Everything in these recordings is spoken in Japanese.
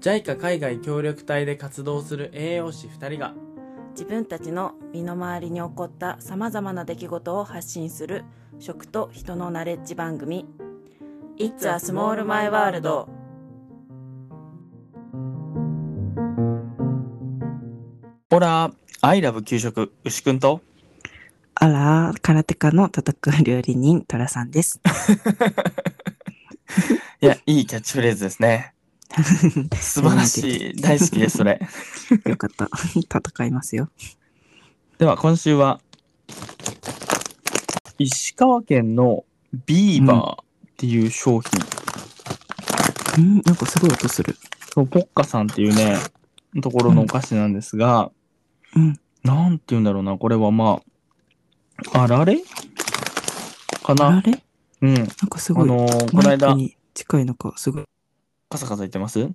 JICA 海外協力隊で活動する栄養士2人が自分たちの身の回りに起こったさまざまな出来事を発信する食と人のナレッジ番組「It's a Small My World」ほらアイラブ給食牛くんとあら空手家の叩く料理人トラさんです いやいいキャッチフレーズです ね素晴らしい大好きですそれよかった戦いますよでは今週は石川県のビーバーっていう商品、うんなんかすごい音するそうポッカさんっていうねところのお菓子なんですが、うんなんて言うんだろうなこれはまああられかあなれなんうんかすあごいのーこのマイク間に近いのかすごいカサカサ言ってます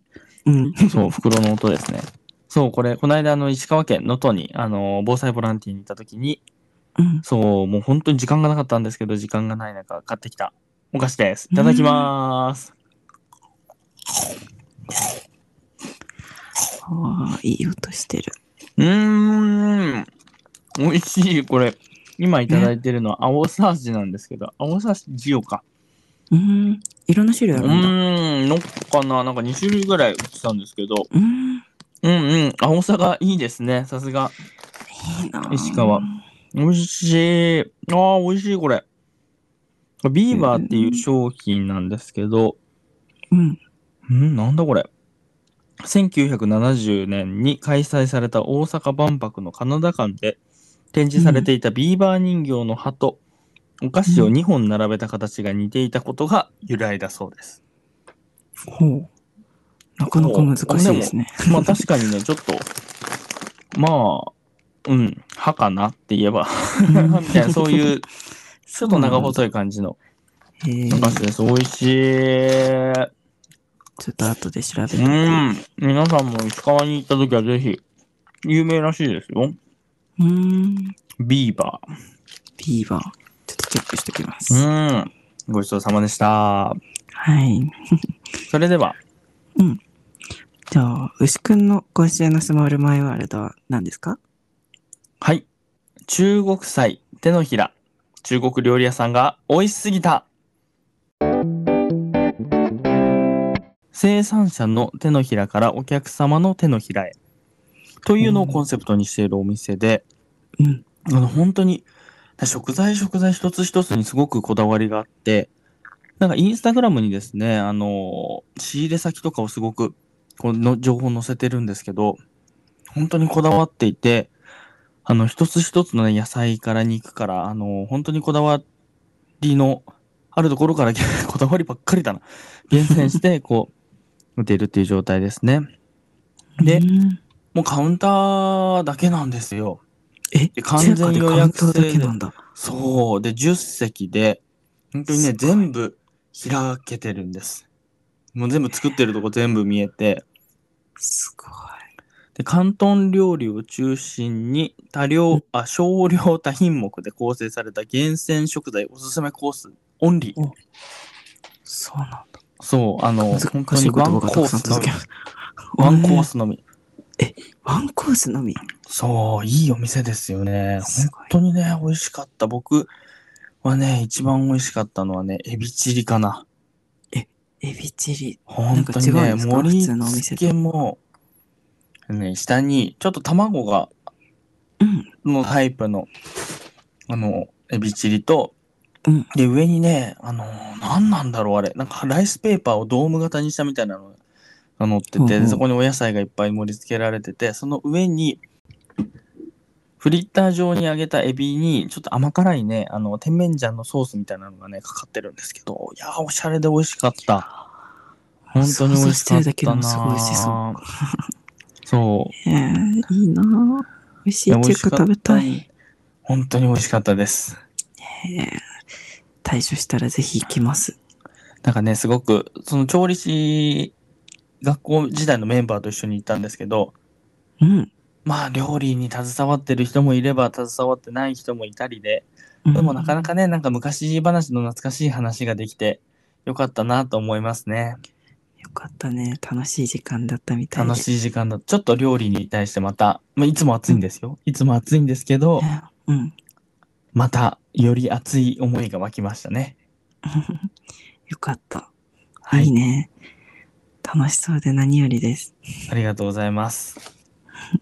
うんそう、袋の音ですね。そう、これ、この間、あの、石川県能登に、あの、防災ボランティアに行った時に、うんそう、もう本当に時間がなかったんですけど、時間がない中、買ってきたお菓子です。いただきまーす。あーいい音してるうーん、美味しい、これ。今いただいてるのは、青サージなんですけど、青サージオか。うんいろんな種類うあるんだーん、のっかななんか2種類ぐらい売ってたんですけど、うんうんうん、青さがいいですね、さすが。いいなあ石川美味しい。ああ、美味しい、これ。ビーバーっていう商品なんですけど、うんうん、なんだこれ。1970年に開催された大阪万博のカナダ館で展示されていたビーバー人形の歯とお菓子を2本並べた形が似ていたことが由来だそうです。ほうなかなか難しいですねまあ確かにね、ちょっと、まあ、うん、歯かなって言えば、 うんみたいな、そういう、ちょっと長細い感じのへ えお菓子です。美味しい。ちょっと後で調べてうみるん。皆さんも石川に行った時はぜひ、有名らしいですよ。うんビーバビーバーちょっとチェックしておきます、ー。うん。ごちそうさまでした。はいそれでは、じゃあ牛くんの今週のスモールマイワールドは何ですかはい。中国菜手のひら。中国料理屋さんが美味しすぎた。生産者の手のひらからお客様の手のひらへ。というのをコンセプトにしているお店で、うんあの本当に食材食材一つ一つにすごくこだわりがあって、なんかインスタグラムにですね、あの、仕入れ先とかをすごくこの情報を載せてるんですけど、本当にこだわっていて、あの、一つ一つのね、野菜から肉から、あの、本当にこだわりの、あるところから こだわりばっかりだな。厳選 して、こう、打てるっていう状態ですね。でう、んもうカウンターだけなんですよ。えで完全予約制中華でカウンターだでけなんだそう。で、10席で、本当にね、すごい全部開けてるんです。もう全部作ってるとこ全部見えて、すごいで、広東料理を中心に多量、あ、少量多品目で構成された厳選食材おすすめコースオンリー。そうなんだそう、あの、本当難しにい言ワン葉コがたーくさんスの続みけ。ますワンコースのみ。ワンコースのみそう、いいお店ですよね。すごい本当にね、美味しかった。僕はね、一番美味しかったのはね、エビチリかな。エビチリ本当になね、んか違うんですか盛り普通のお店付とけも、ね、下に、ちょっと卵が、うんのタイプの、あの、エビチリと、うんで、上にね、あの、何なんだろう、あれ。なんか、ライスペーパーをドーム型にしたみたいなのが乗ってて、うんうんでそこにお野菜がいっぱい盛り付けられてて、その上に、フリッター状に揚げたエビに、ちょっと甘辛いね、あの、甜麺醤のソースみたいなのがね、かかってるんですけど、いやー、おしゃれで美味しかった。本当に美味しか想像してっるだけたでな。もすごい美味しそうそう。えー、いいなあ美味しいいや美中味しか華った食べたい本当に美味しかったです。えー対処したらぜひ行きますなんかね、すごく、その調理師、学校時代のメンバーと一緒に行ったんですけど、うんまあ料理に携わってる人もいれば携わってない人もいたりで、でもなかなかね、なんか昔話の懐かしい話ができて、よかったなと思いますね。よよかったね。楽しい時間だったみたいで。楽しい時間だ。ちょっと料理に対してまた、まあ、いつも暑いんですよ。いつも暑いんですけど、ねうん。 またより熱い思いが湧きましたね。よかった。はいいいね。楽しそうで何よりです。ありがとうございます。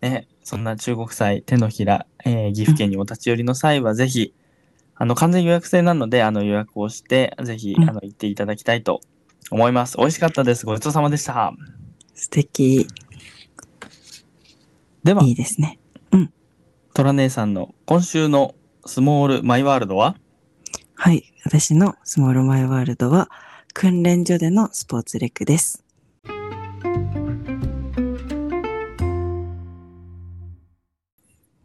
ね、そんな中国祭手のひら、えー岐阜県にお立ち寄りの際はぜひ、あの、完全予約制なので、あの予約をして、ぜひ、うんあの、行っていただきたいと思います。美味しかったです。ごちそうさまでした。素敵。、ではいいですね。トラ姉さんの今週のスモールマイワールドははい。私のスモールマイワールドは、訓練所でのスポーツレクです。は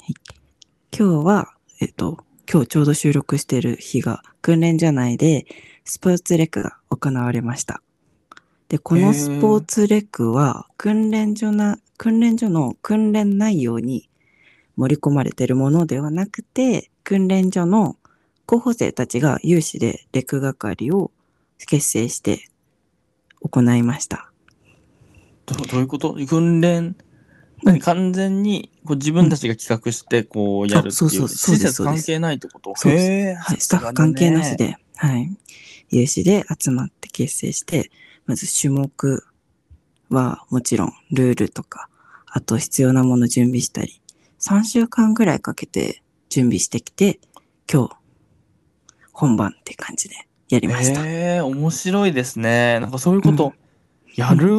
い今日は、えっと、今日ちょうど収録してる日が、訓練所内でスポーツレクが行われました。で、こへーのスポーツレクは、訓練所な、訓練所の訓練内容に盛り込まれてるものではなくて、訓練所の候補生たちが有志でレク係を結成して行いました。どどういうこと訓練何完全にこう自分たちが企画してこうやるってそういそううそう施です設そうで関す係ないってことそうですへえはい、スタッフ関係なしで、はい、有志で集まって結成して、まず種目はもちろんルールとか、あと必要なもの準備したり、3週間ぐらいかけて準備してきて、今日本番って感じでやりました。ええ面白いですね。なんかそういうこと、やる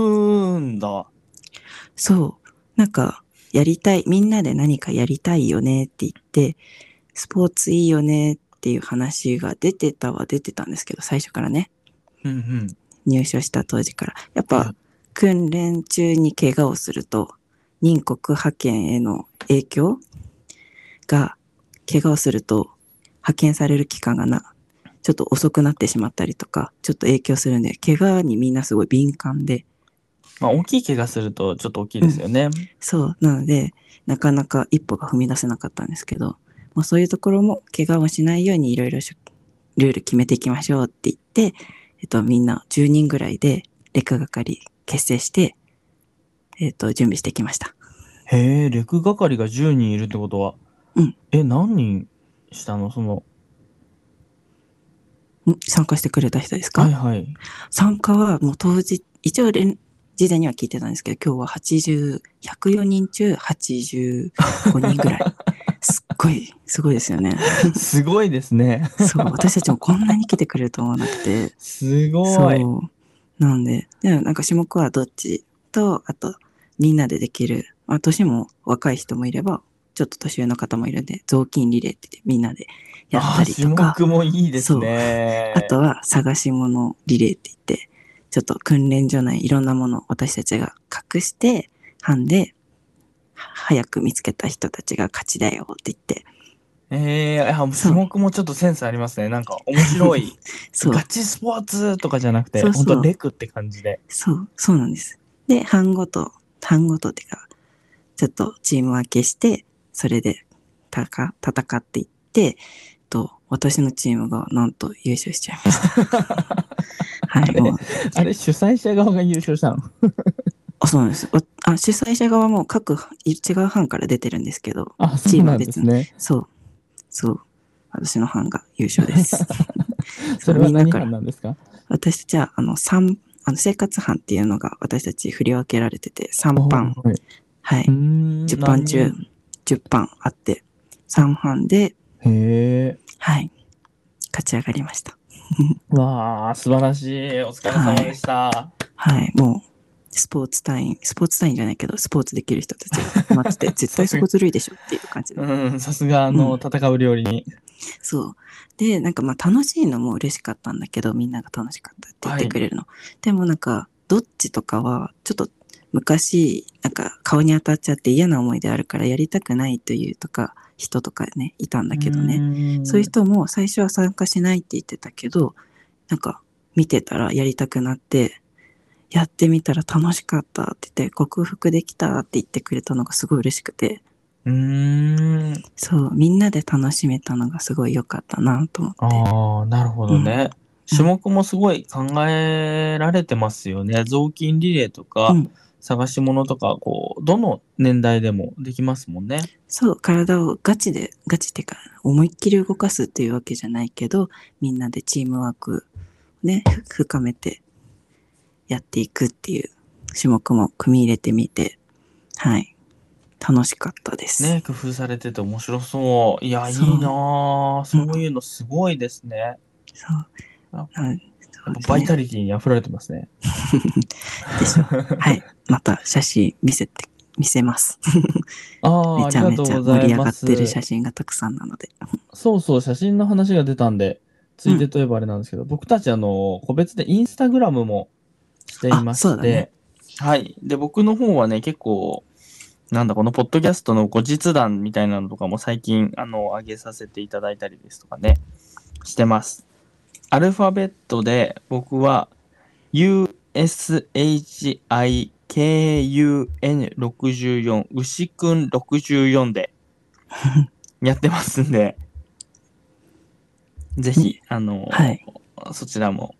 んだ。そう。なんか、やりたい、みんなで何かやりたいよねって言って、スポーツいいよねっていう話が出てたは出てたんですけど、最初からね、うんうん。入所した当時から。やうっんぱ、訓練中に怪我をすると、任国派遣への影響が、怪我をすると、派遣される期間がな、ちょっと遅くなってしまったりとか、ちょっと影響するんで、怪我にみんなすごい敏感で、まあ大きい怪我するとちょっと大きいですよね。そう。なので、なかなか一歩が踏み出せなかったんですけど、もうそういうところも怪我をしないようにいろいろしルール決めていきましょうって言って、えっと、みんな10人ぐらいで、レク係結成して、えっと、準備してきました。へえ、レク係が10人いるってことは、うんえ、何人したのその、ん参加してくれた人ですか、はいはい。参加はもう当日、一応連、事前には聞いてたんですけど、今日は80、104人中85人ぐ らい。すっごい、すごいですよね。すごいですね。そう、私たちもこんなに来てくれると思わなくて。すごい。そう。なんで、でなんか種目はどっちと、あと、みんなでできる。まあ、年も若い人もいれば、ちょっと年上の方もいるんで、雑巾リレーって言ってみんなでやったありとー、か種、目もいいですね。あとは探し物リレーって言って、ちょっと訓練所内いろんなものを私たちが隠して、ハンで、は早く見つけた人たちが勝ちだよって言って、ええあ、もうそう種目もちょっとセンスありますね。なんか面白い。 そうガ、チスポーツとかじゃなくて、そうそ本う当レクって感じで。そう、そうなんです。で、班ごと、班ごとっていうか、ちょっとチーム分けして、それでたか戦っていって、えっと、私のチームがなんと優勝しちゃい ました。はい、もう、あれ、主催者側が優勝したのあそうなんです。わあ主催者側も各、い違う班から出てるんですけど、あ、チそうームなはんで別すにね。そう、そう、私の班が優 勝です。それはみんな何から班なんですか私たちは、あの、三、あの、生活班っていうのが私たち振り分けられてて、3班、はいはい、 10 10班中10班あって3班でへえ。はい勝ち上がりましたわあ、素晴らしい。お疲れ様でした。はいもうスポーツ隊員スポーツ隊員じゃないけどスポーツできる人たちが待 ってて絶対スポーツ類でしょっていう感じでうん、さすが、あの、うん戦う料理に。そうでなんかまあ楽しいのも嬉しかったんだけどみんなが楽しかったって言ってくれるの、でもなんかどっちとかはちょっと昔なんか顔に当たっちゃって嫌な思い出あるからやりたくないというとか人とかねいたんだけどねねそういう人も最初は参加しないって言ってたけど、なんか見てたらやりたくなって、やってみたら楽しかったって言って、克服できたって言ってくれたのがすごい嬉しくて、うーん。そう、みんなで楽しめたのがすごい良かったなと思って。ああ、なるほどね。種目もすごい考えられてますよね。雑巾リレーとか、うん探し物とか、こう、どの年代でもできますもんね。そう、体をガチで、ガチってか、思いっきり動かすっていうわけじゃないけど、みんなでチームワークをね、ふ深めてやっていくっていう種目も組み入れてみて、はい。楽しかったです。ね、工夫されてて面白そう。いや、いいそうなぁ。そういうのすごいですね。そう。あうんやっぱバイタリリティに溢れてます ね。でしょ。はい。また写真見せて、見せます。あ あ、あめりちゃがめとうちゃご盛ざりい上がまっす。てる写真がたくさんな ので。そうそう、写真の話が出たんで、ついでといえばあれなんですけど、僕たち、あの、個別でインスタグラムもしていまあそうしだて、ねはい。で、僕の方はね、結構、なんだ、このポッドキャストの後日談みたいなのとかも最近、あの、上げさせていただいたりですとかね、してます。アルファベットで、僕は、USHIKUN64、牛くん64で、やってますんで、ぜひ、あの、はい。そちらも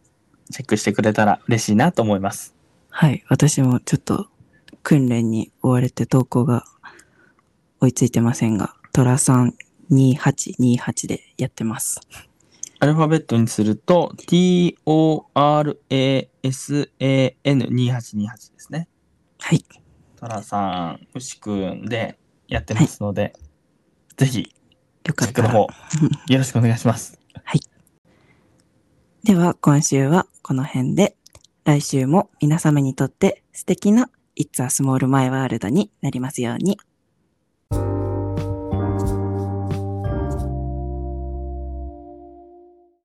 チェックしてくれたら嬉しいなと思います。はい。私もちょっと訓練に追われて投稿が追いついてませんが、トラさん2828でやってます。アルファベットにすると、torasan2828 ですね。はい。トラさん、牛くんでやってますので、ぜひ、よかチっェックたのら。方、よろしくお願いします。では、今週はこの辺で、来週も皆様にとって素敵な It's a Small My World になりますように。